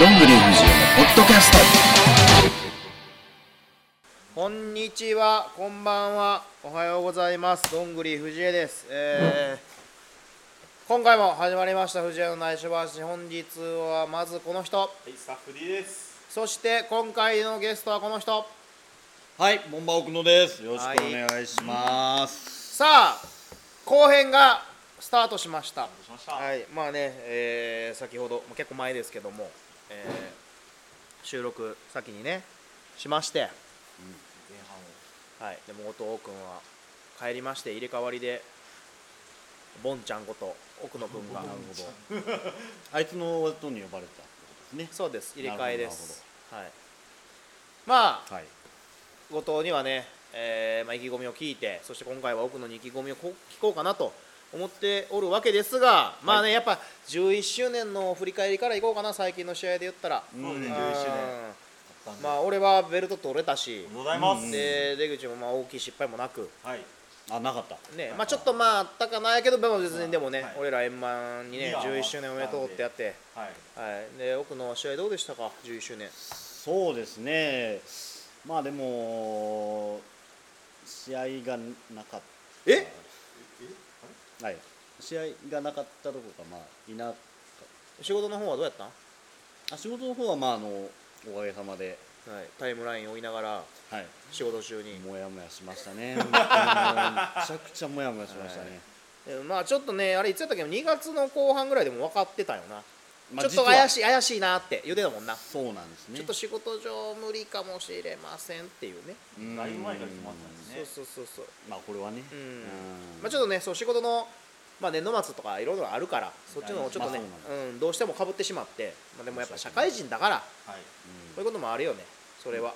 どんぐり藤枝のポッドキャストこんにちは、こんばんは、おはようございます。どんぐり藤江です。えー今回も始まりました藤江の内緒話。本日はまずこの人、はい、スタッフ D です。そして今回のゲストはこの人。はい、門馬奥野です。よろしくお願いします。さあ、後編がスタートしました。しました。はい。はい、まあね、えー先ほど、もう結構前ですけども、えー収録先にね、しまして、前半を。はい、でも後藤君は帰りまして入れ替わりでボンちゃんこと奥野君 がなるほど。あいつの音に呼ばれたってことですそうです入れ替えですはいまあね。はい。後藤にはね、えーまあ、意気込みを聞いてそして今回は奥野に意気込みをこ聞こうかなと思っておるわけですがまあね、やっぱ11周年の振り返りからいこうかな最近の試合で言ったら、うんそうね、う11ん周年。まあ俺はベルト取れたしおめでとうございます。うんで出口もまあ大きい失敗もなくはい。あ、なかった。ねまあ、ちょっとまああったかないけどでも別にでもね、はい俺ら円満にいねや11周年おめでとうってやって、はい。はい、で奥の試合どうでしたか11周年そうですね。まあでも試合がなかった。えはい。試合がなかったとこがまあいなかっ仕事の方はどうやったん、た。あ、仕事の方はまああのおかげさまで、はい、タイムライン追いながらはい。仕事中に、もやもやしました ね。本当にもうめちゃくちゃもやもやしましたね。でもまあちょっとねあれいつやったっけ2月の後半ぐらいでも分かってたよな、まあちょっと怪実はしい怪しいなって言うてたもんな、そうなんですね。ちょっと仕事上無理かもしれませんっていうねうんだいぶ前から決まってたんですね。そうそうそうそうまあこれはね、うんうんまあ、ちょっとねそう仕事の、まあ、年度末とかいろいろあるからそっちのちょっとね、まあそううんどうしてもかぶってしまって、まあ、でもやっぱ社会人だからはい。そういうこともあるよねそれは、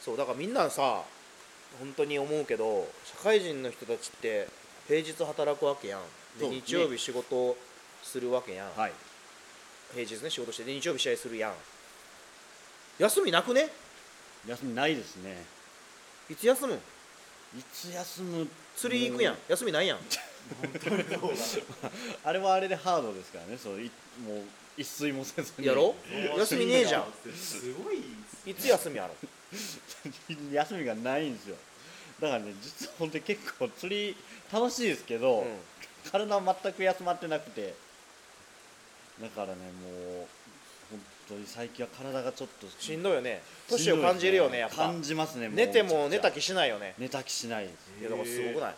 そうだからみんなさ本当に思うけど社会人の人たちって平日働くわけやんでそうね日曜日仕事するわけやん、はい平日ね仕事してで日曜日試合するやん休みなくね休みないですねいつ休むんいつ休む釣り行くやんもう休みないやんあれはあれでハードですからねそういもう一睡もせずにやろ休みねえじゃん。すごい。いつ休みやろ休みがないんですよだからね実は本当に結構釣り楽しいですけど、うん体は全く休まってなくてだからねもう本当に最近は体がちょっとしんどいよね年を感じるよねやっぱ感じますねう寝てもめ寝ちゃたくちゃ気しないよね寝たきしないですいやだからすごくない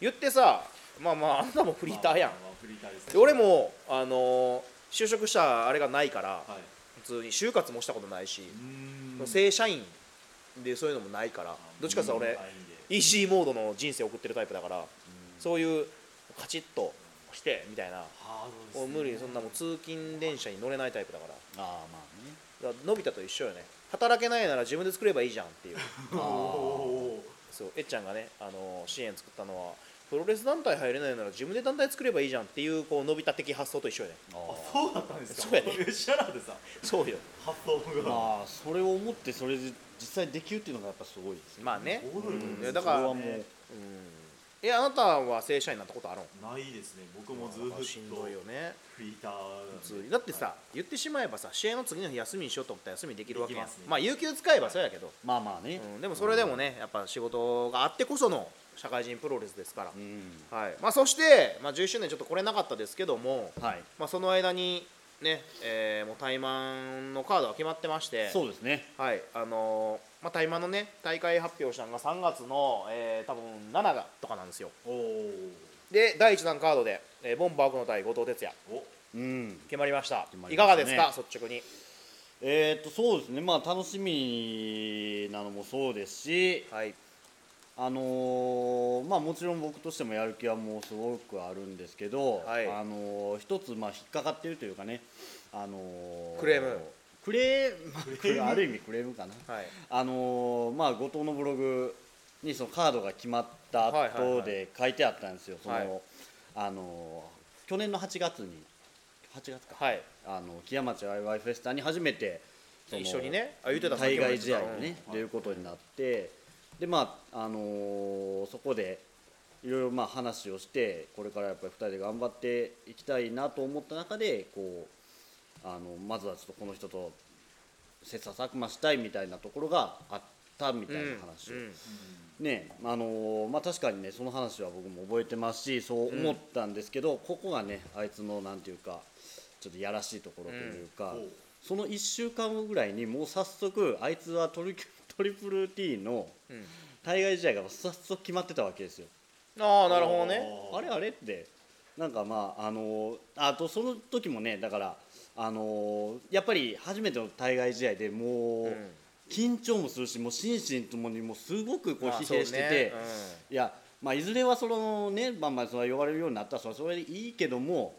言ってさまあまああなたもフリーターやん、まあまあフリーターですねで俺。もあのー就職したあれがないからはい。普通に就活もしたことないしう、ーん。正社員でそういうのもないからどっちかっていうとう俺んはいいいんで EC モードの人生送ってるタイプだからそういうカチッとしてみたいなハードですね。もう無理そんなもう通勤電車に乗れないタイプだからああまあねだからのび太と一緒よね働けないなら自分で作ればいいじゃんっていうおお。そうえっちゃんがね、あの支援作ったのはプロレス団体入れないなら自分で団体作ればいいじゃんっていうこう伸びた的発想と一緒やねああ、ーそうだったんですか。そうやね知らなかったです。そうよ発想が。まあそれを思ってそれで実際できるっていうのがやっぱすごいですね。まあねそうだよねうんいやだからそれはうもんうえあなたは正社員になったことあるんないですね。僕もずっと。しんどいよねフリーターなんで普通にだってさ言ってしまえばさ試合の次の日休みにしようと思ったら休みできるわけやんできますねまあ有給使えばそうやけどまあまあね。うんでもそれでもねやっぱ仕事があってこその社会人プロレスですからうん。はいまあそしてまあ11周年ちょっと来れなかったですけどもはい。まあその間にねえーもう対マンのカードが決まってましてそうですね。はいあのーまあ、対馬のね大会発表したのが3月の、えー、多分7がとかなんですよおお。で第1弾カードで、えーボンバークの対後藤哲也お。うん。決まりました決まいりまかがしたねですか率直にえーっとそうですね。まあ楽しみなのもそうですし、はいあのーまあもちろん僕としてもやる気はもうすごくあるんですけど、はいあのー一つまあ引っかかってるというかね、あのークレーム。クレーまあクレームある意味クレーム かな。はいあのーまあ、後藤のブログにそのカードが決まったはいはい後はで書いてあったんですよ、はいそのあのー去年の8月に8月か、はいあの木屋町ワイワイフェスタに初めてその一緒にねあ言ってた対さっ外き試も合言ってたにね、出ることになってでまあ、あのーそこでいろいろまあ話をしてこれからやっぱり2人で頑張っていきたいなと思った中でこうあのまずはちょっとこの人と切磋琢磨したいみたいなところがあったみたいな話を、うんうんねあのーまあ、確かにねその話は僕も覚えてますしそう思ったんですけど、ここがねあいつのなんていうかちょっとやらしいところというか、うんその1週間後ぐらいにもう早速あいつはトリ トリプル T のうん対外試合が早速決まってたわけですよ。ああなるほどねあれあれってなんかまああのあとその時もねだからあのやっぱり初めての対外試合でもう、ん緊張もするしもう心身ともにもうすごくこうまあ疲弊してて、そうねいやまあいずれはそのねまあまあそれは呼ばれるようになったらそれはそれでいいけども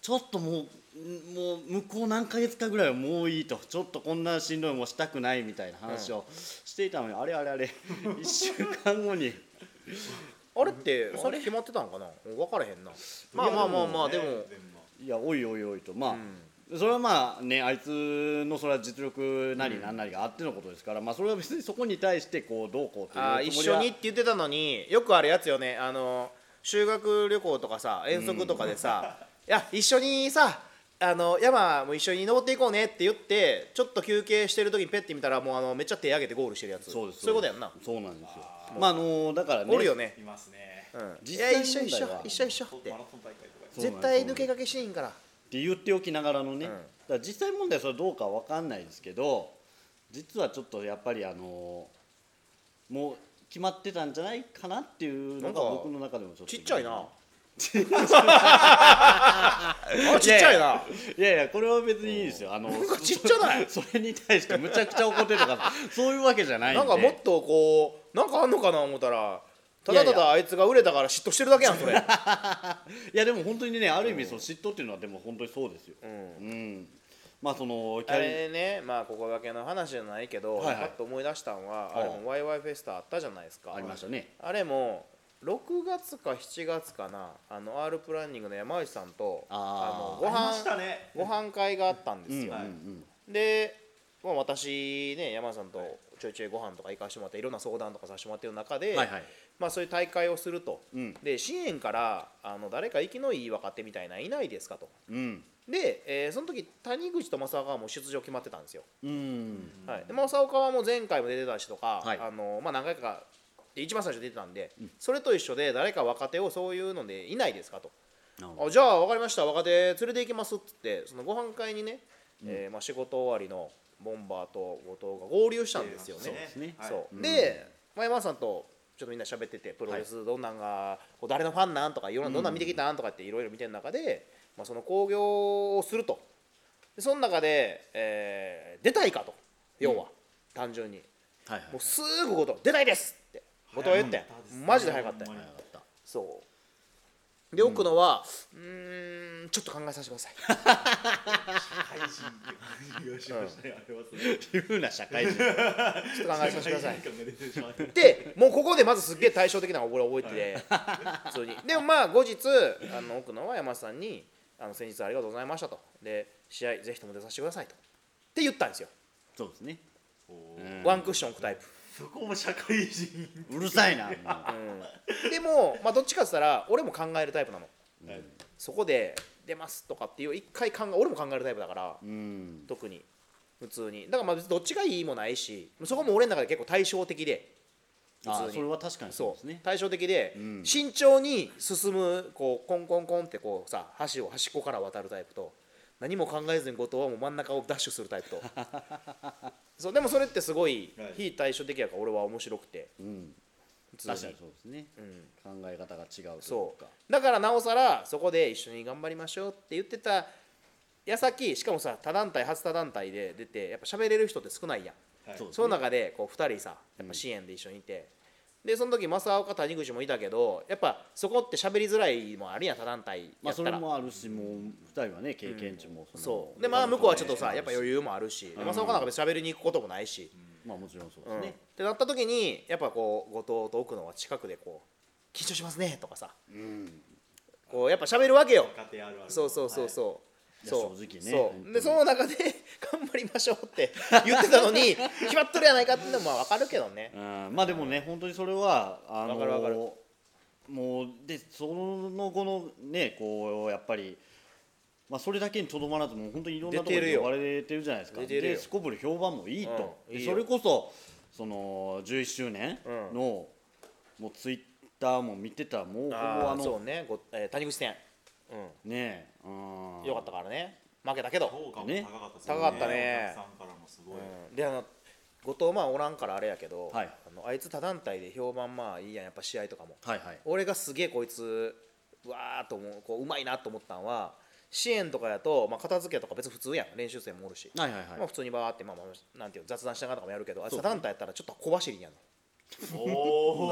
ちょっともうんもう向こう何ヶ月かぐらいはもういいとちょっとこんなしんどいもんしたくないみたいな話をしていたのに、あれあれ あれ1週間後に。あれってさっき決まってたんかな分からへんなまあまあまあまあでもいやおいおいおいとまあ、それはまあねあいつのそれは実力なりなんなりがあってのことですから、まあそれは別にそこに対してこうどうこうとあーいう一つもりは緒にって言ってたのによくあるやつよねあの修学旅行とかさ遠足とかでさ、いや一緒にさあの山も一緒に登っていこうねって言ってちょっと休憩してる時にペッて見たらもうあのめっちゃ手上げてゴールしてるやつそうですいうことやんな、そうなんですよまああのーだからねおるよねいますねうん、い実や際一緒一緒問題は一緒一緒ってマラソそン大会とかうなんです絶対抜け駆けシーンからって言っておきながらのね、うんだから実際問題はそれどうかわかんないですけど実はちょっとやっぱりあのーもう決まってたんじゃないかなっていうのなんかが僕の中でもちょっとちっちゃいな ああちっちゃいないやいやこれは別にいいですよあのちっちゃ ないそ れに対してむちゃくちゃ怒って とかそういうわけじゃないんでなんかもっとこうなんかあんのかな思ったらただたいやいやだあいつが売れたから嫉妬してるだけやんそれ、いやでも本当にねある意味その嫉妬っていうのはでも本当にそうですよ。うんうん。まあそのキあャリれねまあここだけの話じゃないけど、はいはいパッと思い出したんは、あああれもワイワイフェスタあったじゃないですかありましたね。あれも6月か7月かなあの R プランニングの山内さんとあのごありまし飯、たねご飯会があったんでうすんうんよ、うん。で、まあ、私ね山内さんとちょいちょいご飯とか行かしてもらっていろんな相談とかさせてもらってる中で、はいはい。まあ、そういう大会をすると、うんで支援からあの誰か生きのいい若手みたいないないですかとうんで、えーその時谷口と正岡はもう出場決まってたんですようん。はい、で正岡はもう前回も出てたしとか、はいあのまあ、何回かで一番最初に出てたんで、それと一緒で誰か若手をそういうのでいないですかと、なるほどあじゃあ分かりました若手連れて行きますっつってそのご飯会にね、えーまあ、仕事終わりのボンバーと後藤が合流したんですよね。そうですねはいそううんで、前山さんとちょっとみんな喋っててプロレスどんなんが、こう誰のファンなんとかいろんなどんなん見てきたんとかっていろいろ見てる中で、まあ、その興行をするとでその中で、えー出たいかと要は、単純にはいはい。もうすぐ後藤出たいですって後藤は言ったよ早かったですねマジで早かったよほんまに早かったそうで奥野はうーんちょっと考えさせてください配信って感じがしましたねあれはすごいいうな社会人。ちょっと考えさせてください社会人感が出てしまってでもうここでまずすっげえ対照的なのを俺は覚えてて、普通にでもまあ後日あの奥野は山下さんにあの「先日はありがとうございました」と「で試合ぜひとも出させてください」とって言ったんですよ、そうですね。うんワンクッション置くタイプ、そこも社会人うるさいな。もううんでも、まあ、どっちかって言ったら俺も考えるタイプなのはいそこで「出ます」とかっていう一回考え俺も考えるタイプだから、うん。特に普通にだからまあ別にどっちがいいもないしそこも俺の中で結構対照的であ普それは確かにそうそですうね。対照的で、ん慎重に進むこうコンコンコンってこうさ箸を端っこから渡るタイプと何も考えずに後藤はもう真ん中をダッシュするタイプとそうでもそれってすごいはい非対照的やから俺は面白くてうん。普通に確かにそうですね。うん、考え方が違うといそうか。うだからなおさらそこで一緒に頑張りましょうって言ってた矢先しかもさ他団体初他団体で出てやっぱ喋れる人って少ないやんはいそうですその中でこう2人さやっぱ支援で一緒にいて、でその時正岡谷口もいたけどやっぱそこって喋りづらいもあるやん他団体まやあっそたれら、もあるし、もう二人はね経験値ものそうでまあ向こうはちょっとさやっぱ余裕もあるし、ん正岡なんか別に喋りに行くこともないし、まあもちろんそうでうんすっね。てなった時にやっぱこう後藤と奥野は近くでこう緊張しますねとかさ、こうやっぱ喋るわけよ若手あるあるそうそうそうそう、いやそう正直ねそ本当うにでその中で頑張りましょうって言ってたのに決まっとるやないかってのもまあ分かるけどねうんまあでもね本当にそれはあのわかるわかるもうでその後のねこうやっぱりまあ、それだけにとどまらずもう本当にいろんなところ出てるでよ呼ばれてるじゃないですか出てるよですこぶる評判もいいと、うんいいでよそれこそその11周年うんの、もうツイッターも見てたらもうほぼああーのそうね、ごえー谷口戦、うねえうんん、よかったからね、負けたけど、評価もね高かったです高かったねお客さんからもすごい、うん、であの後藤まあおらんからあれやけど、はいあのあいつ他団体で評判まあいいやんやっぱ試合とかもはいはい俺がすげえこいつうわーっと思うこううまいなと思ったんは支援とかやと、まあ、片付けとか別に普通やん練習生もおるし、はいはいはいまあ、普通にバーって、まあまあ、なんていうの雑談しながらとかもやるけどあいつそう他団体やったらちょっと小走りやんおお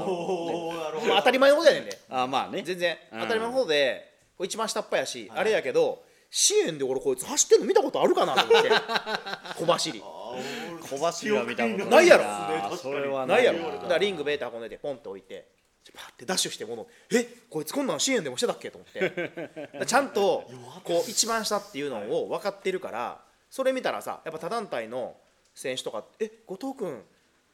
なるの、ほまあ、ど当たり前のことやねんであまあね全然うん当たり前のことで、こう一番下っ端やし、あれやけど支援で俺こいつ走ってんの見たことあるかなと思 って小走り小走りは見たことないやろあーそれはないやろなだからリングベーター運んでてポンって置いてパッてダッシュしてものえこいつこんなん支援でもしてたっけと思ってだからちゃんとこう一番下っていうのを分かってるからそれ見たらさやっぱ他団体の選手とかえ後藤君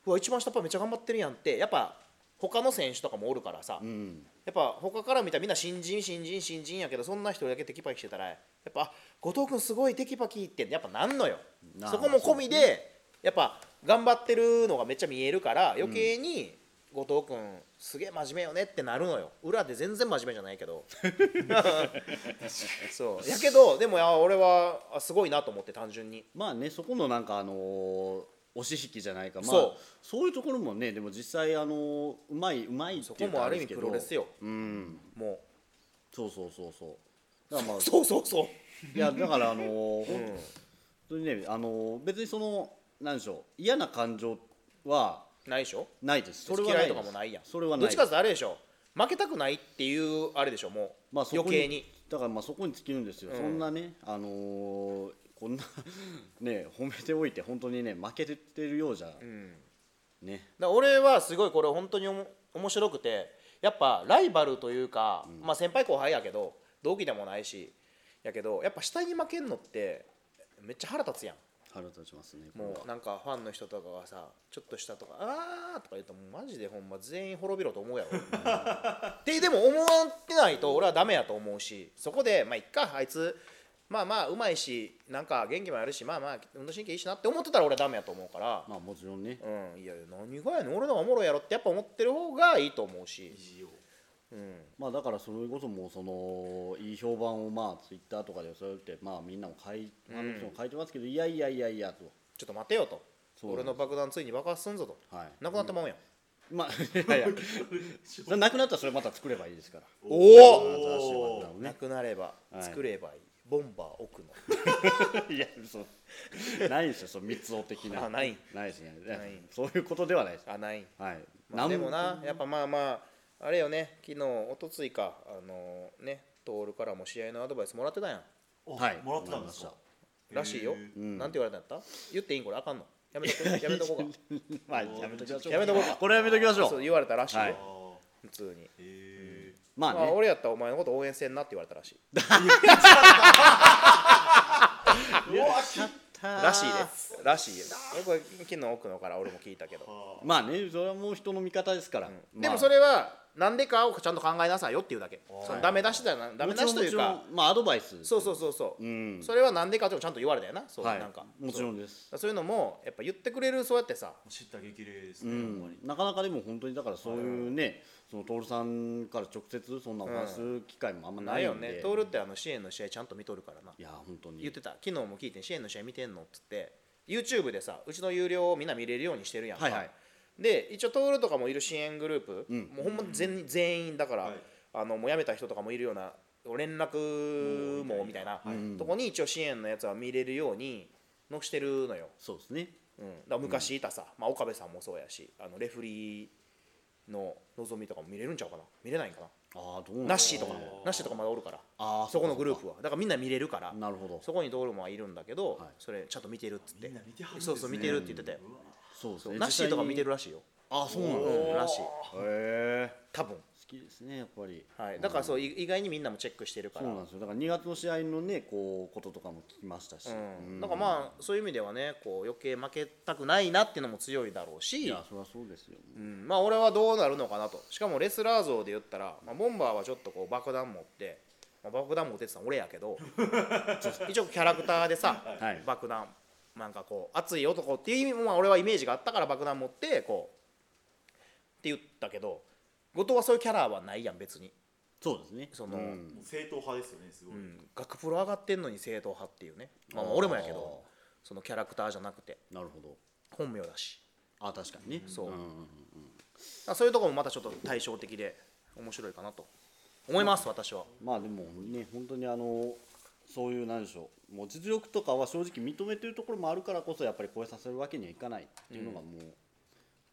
うわ一番下っ端めっちゃ頑張ってるやんってやっぱ他の選手とかもおるからさ、うんやっぱ他から見たらみんな新人新人新人やけどそんな人だけテキパキしてたらやっぱあ後藤君すごいテキパキってやっぱなんのよなあそこも込みでやっぱ頑張ってるのがめっちゃ見えるから余計に後藤君すげえ真面目よねってなるのよ裏で全然真面目じゃない けどそうやけどでもあ俺はあすごいなと思って単純にまあねそこのなんかあのー押し引きじゃないか、まあ、そうそういうところもねでも実際あのーうまいうまいっていうそこもある意味かれですけどプロレスようんもそうそうそうそうだからまうあそうそうそういやだからあのー うん本当にねあのー別にそのなんでしょう嫌な感情はないでしょないですそそれれははないとでかすもないやんそれはどっないちかっていうとあれでしょ負けたくないっていうあれでしょもう、まあそこに余計にだからまあそこに尽きるんですよ、うんそんなねあのーこんな ね褒めておいて本当にね負けてるようじゃうんね、だから俺はすごいこれ本当におも面白くてやっぱライバルというか、まあ先輩後輩やけど同期でもないしやけどやっぱ下に負けんのってめっちゃ腹立つやん腹立ちますねこれはもうなんかファンの人とかがさちょっとしたとか「あー」とか言うともうマジでほんま全員滅びろと思うやろ ってでも思ってないと俺はダメやと思うしそこでまあいっかあいつまあまあうまいしなんか元気もあるしまあまあ運動神経いいしなって思ってたら俺はダメやと思うから、まあもちろんねうんいや何がやねん俺の方がおもろいやろってやっぱ思ってる方がいいと思うし意、地をうん、まあだからそれこそもうそのいい評判をまあツイッターとかでそうやってまあみんなも書いファンの人も書いてますけど、いやいやいやいやとちょっと待てよとそう俺の爆弾ついに爆発すんぞとはいなくなったままやん、まあいやいやそれなくなったらそれまた作ればいいですからお新しい爆弾をなねくなればはい作ればいい、ボンバー奥のいやそうないんですよその密造的なあないないですねいやないそういうことではないですあないはい、まあ、んでもなやっぱまあまああれよね昨日一昨日かあのねトールからも試合のアドバイスもらってたやんおはいもらってたんですもからしいよへー、んなんて言われたんやった言っていいんこれあ かんのやめとこやめとこうかまあやめときましょうやめとこうかこれはやめときましょそうう言われたらしいよ、はいあー普通に、へまあまあ、ね俺やったらお前のこと応援せんなって言われたらしいーうわきらしいですらしいよこれ昨日奥野から俺も聞いたけど、あまあねそれはもう人の味方ですから、まあでもそれはなんでかをちゃんと考えなさいよっていうだけそのダメ出しだよなダメもち出ろしとんもいちうろかんまあアドバイスそうそうそうそう、うんそれはなんでかともちゃんと言われたよなそう、はいなんかもちろんですそうそういうのもやっぱ言ってくれるそうやってさ知った激励ですうね、やっぱんり、なかなかでも本当にだからそういうね、その徹さんから直接そんなお話しする機会もあんまなないいよんで、ね徹ってあの支援の試合ちゃんと見とるからないや本当に言ってた昨日も聞いて支援の試合見てんのっつって YouTube でさうちの有料をみんな見れるようにしてるやんか、はいはいで一応トールとかもいる支援グループ、んもうほんま全全員だから、はいあのもう辞めた人とかもいるような連絡網みたいな、とこに一応支援のやつは見れるようにのしてるのよ、そうですねうん、だから昔いたさ、まあ、岡部さんもそうやしあのレフリーの望みとかも見れるんちゃうかな見れないんかなああどうなんナッシーとかもナッシーとかまだおるからあーそこのグループはだからみんな見れるからなるほどそこにドールマンはいるんだけど、はいそれちゃんと見てるっつってみんな見てはるんですそねうそう見てるって言ってたよ、うわそうですそうねナッシーとか見てるるらしいよ、ああそうなんうですねん、らしいへえ多分好きですねやっぱりはいだからそう、い意外にみんなもチェックしてるかそうらなんですよだから2月の試合のねこうこととかも聞きましたし、うんうんだからまあそういう意味ではねこう余計負けたくないなっていうのも強いだろういしやそりゃそうですようん、まあ俺はどうなるのかなとしかもレスラー像で言ったら、まあ、ボンバーはちょっとこう爆弾持ってまあ、爆弾も打ててたの俺やけ ど一応キャラクターでさ、はい爆弾なんかこう熱い男っていう意味もまあ俺はイメージがあったから爆弾持ってこうって言ったけど後藤はそういうキャラはないやん別に、そうですねそのうん正統派ですよねすごうい、ん、学プロ上がってんのに正統派っていうね、まあ、まああー俺もやけどそのキャラクターじゃなくてなるほど本名だしあ確かにねそうんんんだからそういうところもまたちょっと対照的で面白いかなと思います私は。まあでもね本当にあのそういうなんでしょうもう実力とかは正直認めてるところもあるからこそやっぱり超えさせるわけにはいかないっていうのがも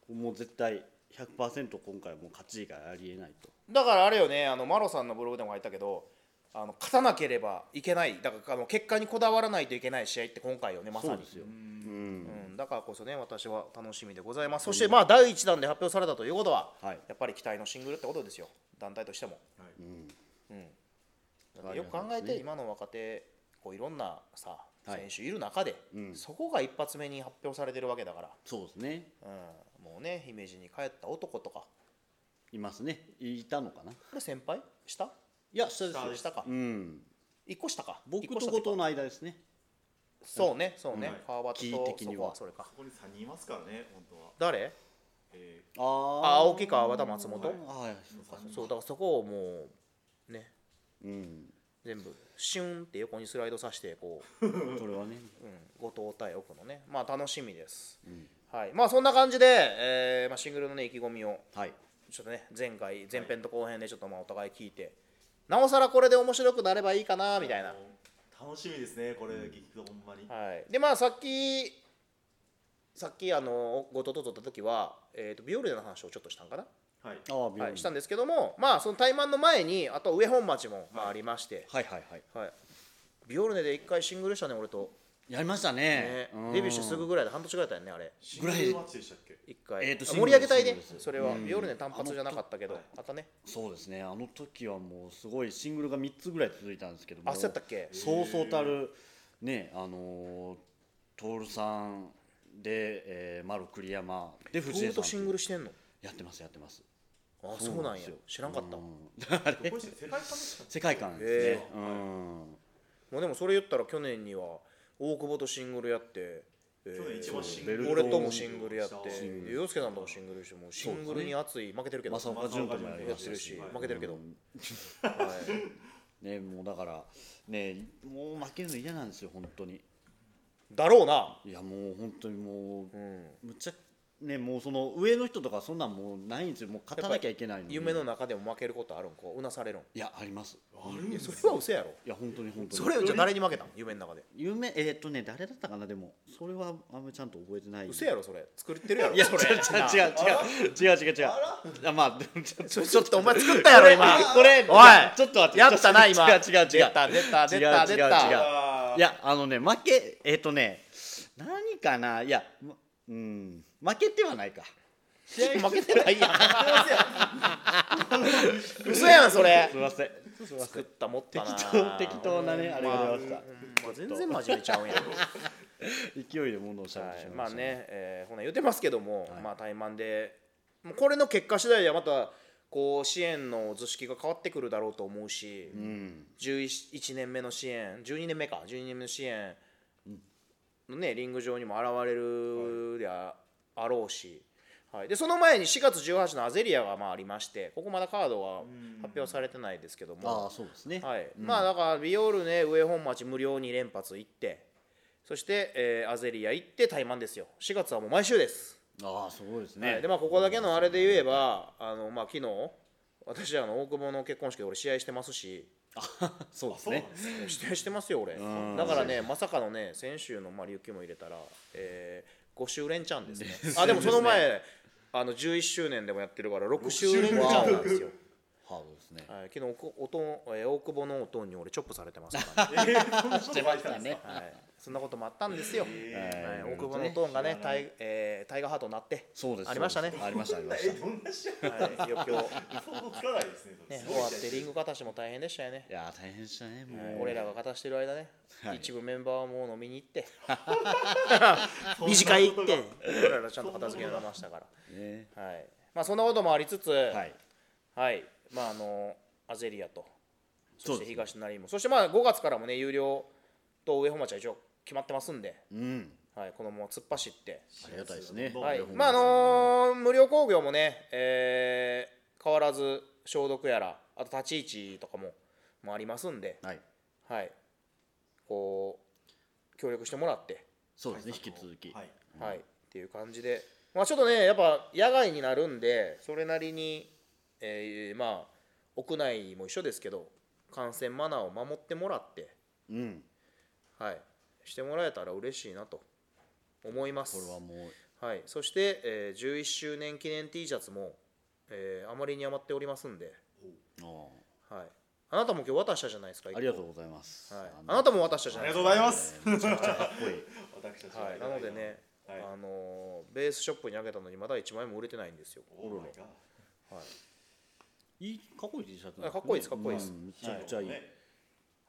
う、もう絶対100%今回はもう勝ちがありえないとだからあれよねあのマロさんのブログでも書いたけどあの勝たなければいけないだからあの結果にこだわらないといけない試合って今回よねまさそうにですよ、うんだからこそね私は楽しみでございますそしてまあ第1弾で発表されたということは、はいやっぱり期待のシングルってことですよ団体としても、はいだってよく考えて、今の若手こういろんなさはい選手いる中で、うんそこが一発目に発表されてるわけだから、そうですねうん、もうね姫路に帰った男とかいますねいたのかないこれ先輩下や下です下よで下か、うん一個下か僕一個と下後っていうか藤の間ですねそうね、そうねはい、川端キーと的そにこははそれかこ。こに3人いますからね本当は、誰？えああ、あ青木川端松あ本。はいそうかそうだからそこをもうね、うん全部シュンって横にスライドさせてこう、それはねうん、後藤対奥のね、まあ楽しみです。はい、まあそんな感じで、えーまあシングルのね意気込みをはいちょっとね前回前編と後編でちょっとまあお互い聞いて、なおさらこれで面白くなればいいかなみたいな。ー楽しみですねこれ聞くとほんまに、はい、でまあさっきさっきあの後藤と撮った時は、えー、とビオルデの話をちょっとしたんかな。はいああ、は病い、院したんですけども、まあ、その怠慢の前にあと上本町もまあありまして、はいはいはいはいビオルネで1回シングルしたね俺と、やりましたねねうんデビューしてすぐぐらいで半年ぐらいだよねあれシンぐグらいルマッチでしたっけ1回、えーとあシン盛グルり上げたいシンねグルですそれは、うんビオルネ単発じゃなかったけどあまたねそうですねあの時はもうすごいシングルが3つぐらい続いたんですけどもあそうやったっけそうそうたるねあのー徹さんで、えー、丸栗山でト藤ー井ルさとシングんルしてんのやってますやってますあそうなんやですよ知らんかった、うもあれこれ世界観でしたっ世界観ですねへ、うはいんうでもそれ言ったら去年には大久保とシングルやって、えー去年一番シングル俺ともシングルやってシングルで洋介さんともシングルしてもうシングルに熱い負けてるけど正岡潤ともやりやまっしてたるししはい負けてるけど、うんはいねもうだからねもう負けるの嫌なんですよ本当にだろうな、いやもう本当にもううん、むっちゃねもうその上の人とかそんなんもうないんですよもう勝たなきゃいけないのに夢の中でも負けることあるんこううなされるんいやありますあるんいやですそれは嘘やろいや本当に本当にそれじゃあ誰に負けたん夢の中で夢えーっとね誰だったかなでもそれはあんまりちゃんと覚えてない嘘やろそれ作ってるやろいや違それなう違う違う違う違う違ういやまあでもちょっとそれちょっとお前作ったやろ今これおいちょっと待っ てやったなちょ今っと違う違う違う出た出た出た 出違う違う違たうあーいやあのね負けえーっとね何かないやまうん負けてはないか負けてないやん嘘やんそれ すいませんすいませ作んった持った適な当適当なねあれが出ましほんたま全然真面目ちゃうん やん勢いで物をしゃべっはてい、しまいままあしたねね、えー、ほな言ってますけども、はいまあ怠慢でもうこれの結果次第ではまたこう支援の図式が変わってくるだろうと思うし、うん11年目の支援12年目か12年目の支援のねリング上にも現れるであ,、ろうし、はい、でその前に4月18のアゼリアがまあありましてここまだカードは発表されてないですけどもああそうですねはいうんまあだからビオルネ上本町無料に連発行ってそして、えーアゼリア行って怠慢ですよ4月はもう毎週です、ああそうですはねいでまあここだけのあれで言えばあの、まあ、昨日私あの大久保の結婚式で俺試合してますしそうであすそうなんねですね試合してますよ俺んだからねまさかのね先週の、まあ、琉球も入れたら、え5週連チャンですねあでもその前あの11周年でもやってるから6週連チャンなんですよハードですねはい、昨日おこおとん、えー大久保のおとんに俺チョップされてますからねえーそんなこと書いてたんですかはい、そんなこともあったんですよ。えーはい、大久保のトーンがね、タイ、えータイガーハートになって。そうですありましたね。ありましたありましえたいどんな試合はい、余興、ね、想像つかないですねそれすご終いわっ試合てリング片しも大変でしたよね。やー大変でしたねはいもう俺らが片してる間ね、はい一部メンバーはもう飲みに行って、そんなことが二次会行って、俺らがちゃんと片付けられましたかねら。はい、まあ、そんなこともありつつ、は、はいいまあ、あの、アゼリアと。そそうしでてす東ね成もそしてまあ5月からもね有料と上本町は一応決まってますんで、うんはい、このまま突っ走って、ありがたいですねはい上本町まああのー無料工業もね、えー変わらず消毒やらあと立ち位置とかももありますんで、はいはい、こう協力してもらって、そうですね引き続きはいはい、っていう感じで、まあ、ちょっとねやっぱ野外になるんでそれなりに、えーまあ屋内も一緒ですけど感染マナーを守ってもらって、うんはい、してもらえたら嬉しいなと思いますこれはもうはい、そして、えー11周年記念 T シャツも、えーあまりに余っておりますんで、あはい、あなたも今日渡したじゃないですかーありがとう、うございますはい、あのなたも渡したじゃあなりいがですとかうござえーいますめちゃくちゃかっこいい私たちはい、なのでね、はいあのーベースショップにあげたのにまだ1枚も売れてないんですよ。おおかいいかっこいい T シャツなんですねあかっこいいですかっこいいですうんめちゃくちゃいい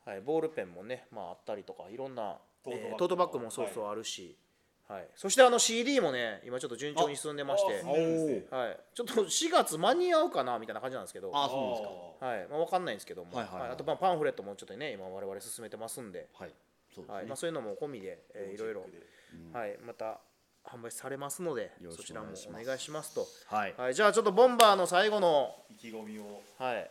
はい、ボールペンもね、まあ、あったりとかいろんなトートバッグえートートバッグもそうそうあるし、はいそしてあの CD もね今ちょっと順調に進んでまして、ああ進んでるんですねはい、ちょっと4月間に合うかなみたいな感じなんですけど、あはーそうなんですいまあ、分かんないんですけども、はいはいはいあとまあパンフレットもちょっとね今我々進めてますんで、かはいそうですはいねまあ、そういうのも込みで、えーいろいろ、はい、また販売されますのでよろそしちくおらも願いしますお願いしますと、はいはい、じゃあちょっとボンバーの最後の意気込みをはい。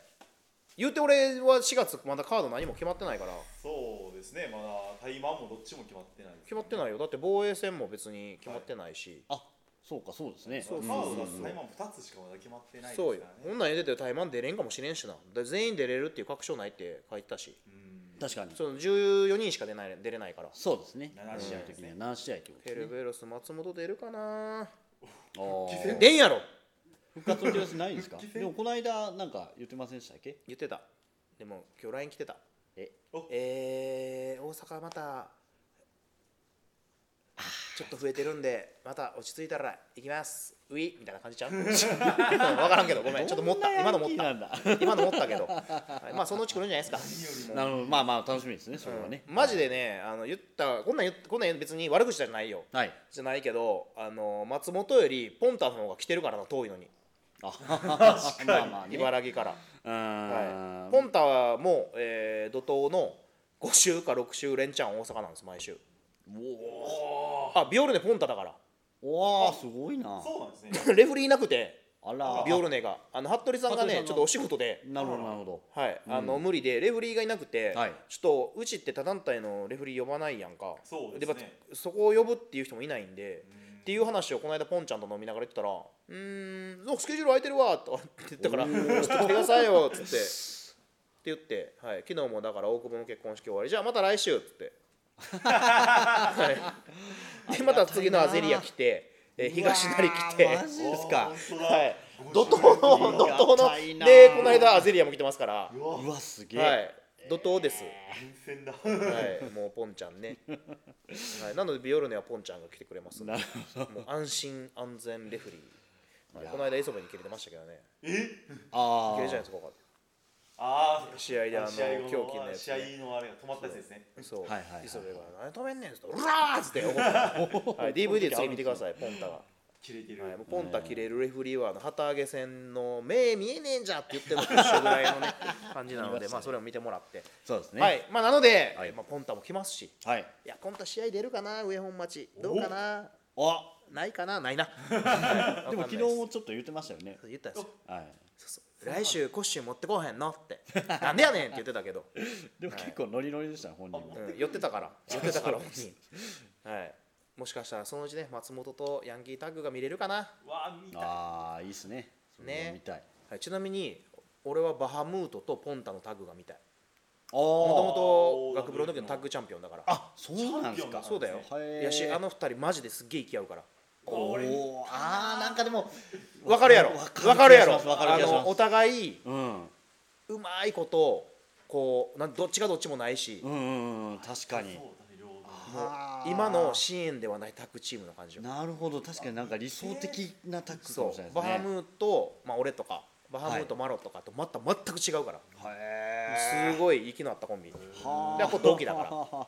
言うて俺は4月まだカード何も決まってないからそうですねまだタイマーもどっちも決まってない決まってないよだって防衛戦も別に決まってないし、あそうかそうですねそううんカード出すタイマー2つしかまだ決まってないですからそうねよこんなん入れてて台湾出れんかもしれんしなで全員出れるっていう確証ないって書いてたしうん確かにその14人しか出ない出れないからそうですね7試合です的ねには7試合ってことペルベロス松本出るかなあー出んやろ復活の兆しないんですか復帰戦でもこの間なんか言ってませんでしたっけ言ってたでも今日 LINE 来てたええー、大阪またちょっと増えてるんでまた落ち着いたら行きますウィみたいな感じ ちゃううん分からんけどごめんちょっと持った今の持ったなんだ今の持ったけど、はいまあそのうち来るんじゃないですか。なるほどまあまあ楽しみですねそれはねマジでね、あの言ったこんなん言っこんなん別に悪口じゃないよ。はいじゃないけど、あの松本よりポンタの方が来てるからな遠いのに、あ確かにまあまあね茨城から。うはーんい、ポンタはもう、えー、怒涛の5週か6週連チャン大阪なんです毎週。あビオルネポンタだから。 おおすごいなそうなんですねレフリーいなくてあらビオルネがあの服部さんがね服部さんのちょっとお仕事で。なるほどなるほどはい、あの無理でレフェリーがいなくて、はいちょっとうちって他団体のレフェリー呼ばないやんかそうですねまそこを呼ぶっていう人もいないんでっていう話をこの間ポンちゃんと飲みながら言ってたら「うーんそうスケジュール空いてるわ」とかって言った から「ちょっと来てくださいよ」っつってって言って、はい、昨日もだから大久保の結婚式終わりじゃあまた来週っつって、 はい、でまた次のアゼリア来て、えー東成来てうわーマジですかおー本当だはい50怒涛の怒涛ありがたいのなでこの間アゼリアも来てますからうわうわすげはえい、怒涛です、変遷だはい、もうポンちゃんね、はい、なのでビオルネはポンちゃんが来てくれますんでなる ほもう安心安全レフリー、はいこの間磯部に切れてましたけどねえあ切れあじゃないですかこああ試合であの試合後狂気のやつ試合のあれが止まったやつですねこそう、はいはいはい磯部が「何止めんねん」っつって「うらー!」っつって怒って、はい、DVD 次見てくださいポンタが。キレキレはい、もうポンタ切れるレフリーはあの旗揚げ戦の目見えねえんじゃって言ってるのと一緒ぐらいのね感じなのでまあそれを見てもらって、そうですねはいまあなので、はいまあポンタも来ますしはいいや、今度試合出るかな、上本町。どうかな、あないかな、ないな。 でも昨日わかんないもちょっと言ってましたよねです言ったんですよはいそうそう来週コッシュ持ってこうへんのって「なんでやねん!」って言ってたけ ど、でも結構ノリノリでしたね本人もうん、寄ってたから寄ってた から本人、はい、もしかしたらそのうちね松本とヤンキータッグが見れるかな、うわ見たああいいっすねそれは見たいはい、ちなみに俺はバハムートとポンタのタッグが見たいあもあともおーと学部の時のタッグチャンピオンだからあそうなんですかそうだよへーいやしあの二人マジですっげえ気合うからおーあーなんかでもわかるやろわかるやろわかるあ気がしまのすお互いうんうまいことこうなんどっちがどっちもないし、うんうんうん確かにそう大量のもうあー今の支援ではないタッグチームの感じよなるほど確かになんか理想的なタッグかそもうしれないでバハすねムーと、まあ、俺とかバハムーとマロとかとまた全く違うから、へすごい息の合ったコンビでーこれ同期だから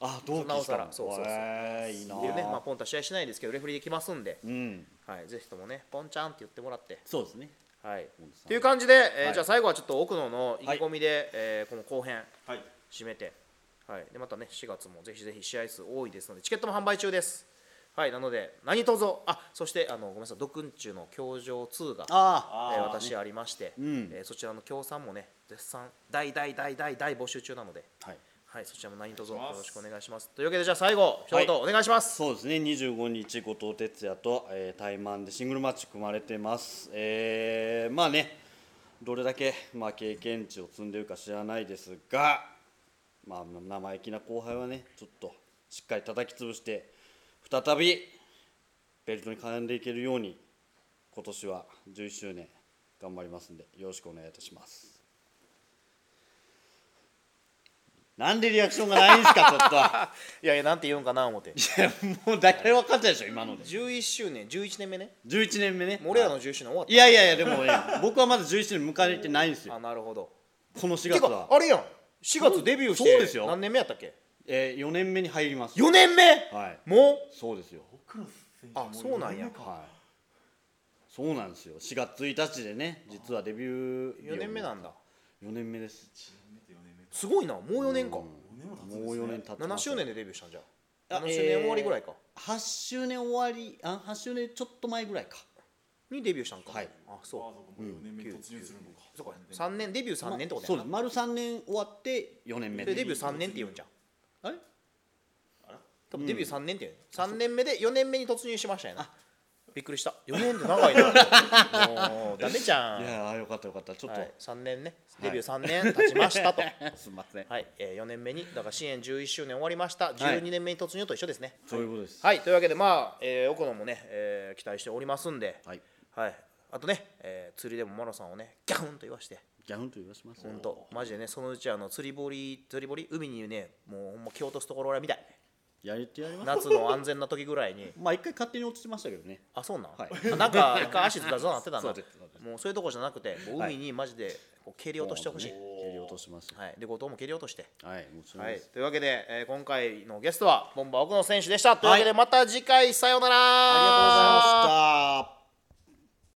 あ同期なおさしからもそうそうそうへーいいなっていうね、まあ、ポンタ試合しないですけどレフェリーできますんで、うんはい、ぜひともねポンちゃんって言ってもらって、そうですねはい本田さんという感じで、えーはいじゃあ最後はちょっと奥野の意気込みで、えーこの後編はい締めて、はい、でまたね4月もぜひぜひ試合数多いですのでチケットも販売中ですはいなので何卒あそしてあのごめんなさい「ドクンチュ」の「教場2」があえーあー私ありまして、うんえーそちらの協賛もね絶賛大大大大大募集中なので、あはいはい、そちらも何卒およ願いしますろしくお願いしますというわけでじゃあ最後一言お願いします、そうですね25日後藤哲也と、えー、対マンでシングルマッチ組まれてます、えーまあねどれだけ、まあ、経験値を積んでるか知らないですが、まあ、生意気な後輩はねちょっとしっかり叩き潰して再びベルトに絡んでいけるように今年は11周年頑張りますんでよろしくお願いいたしますなんでリアクションがないんですかちょっといやいやなんて言うんかな思っていやもう大体分かったでしょ今ので11周年11年目ね11年目ねもう俺らの11周年終わったいやいやいやでもね僕はまだ11年迎えてないんですよあなるほどこの4て月かはあれやん4月デビューしそうですてよ何年目やったっけえー、4年目に入ります4年目、はいもそうですよ奥野選手あそうなんやもうはいそうなんですよ4月1日でね実はデビューう4年目なんだ4年目です四年目すごいなもう4年か、四年も経つんですねもう4年経って7ます周年でデビューしたんじゃあん7周年終わりぐらいか、 8周年終わりあ8周年ちょっと前ぐらいかにデビューしたんか、はいああそそうかもう4年目突入するのかうそうか3年デビュー3年ってことそうやでな、す丸3年終わって4年目でデビュー3年って言うんじゃんあれ多分デビュー3年って言う、ね、3年目で4年目に突入しましたよなびっくりした4年って長いなもうダメじゃんいやーよかったよかったちょっと、はい、3年ねデビュー3年経ちました とすみません、はい、えー、4年目にだから支援11周年終わりましたい12年目に突入と一緒ですねそういうことですはい、というわけでまあ、えー、奥野もね、えー、期待しておりますんでは、はいいあとね、えー、釣りでもマロさんをねギャンと言わしてギャフンと言わします本当マジでねそのうちあの釣り堀釣り堀海にねもうほんま蹴落とすところ俺みたいやりてやります夏の安全な時ぐらい にまあ一回勝手に落ちてましたけどねあそうなん、はいあなんか一回足ずたずたなってたなそうですそうですもうそういうとこじゃなくてもう海にマジでこう蹴り落としてほしい、ボーンとね蹴り落としましたはい、で後藤も蹴り落としてはいもちろんはいです、、というわけで、えー今回のゲストはボンバー奥野選手でしたというわけでまた次回さようなら、ありがとうございました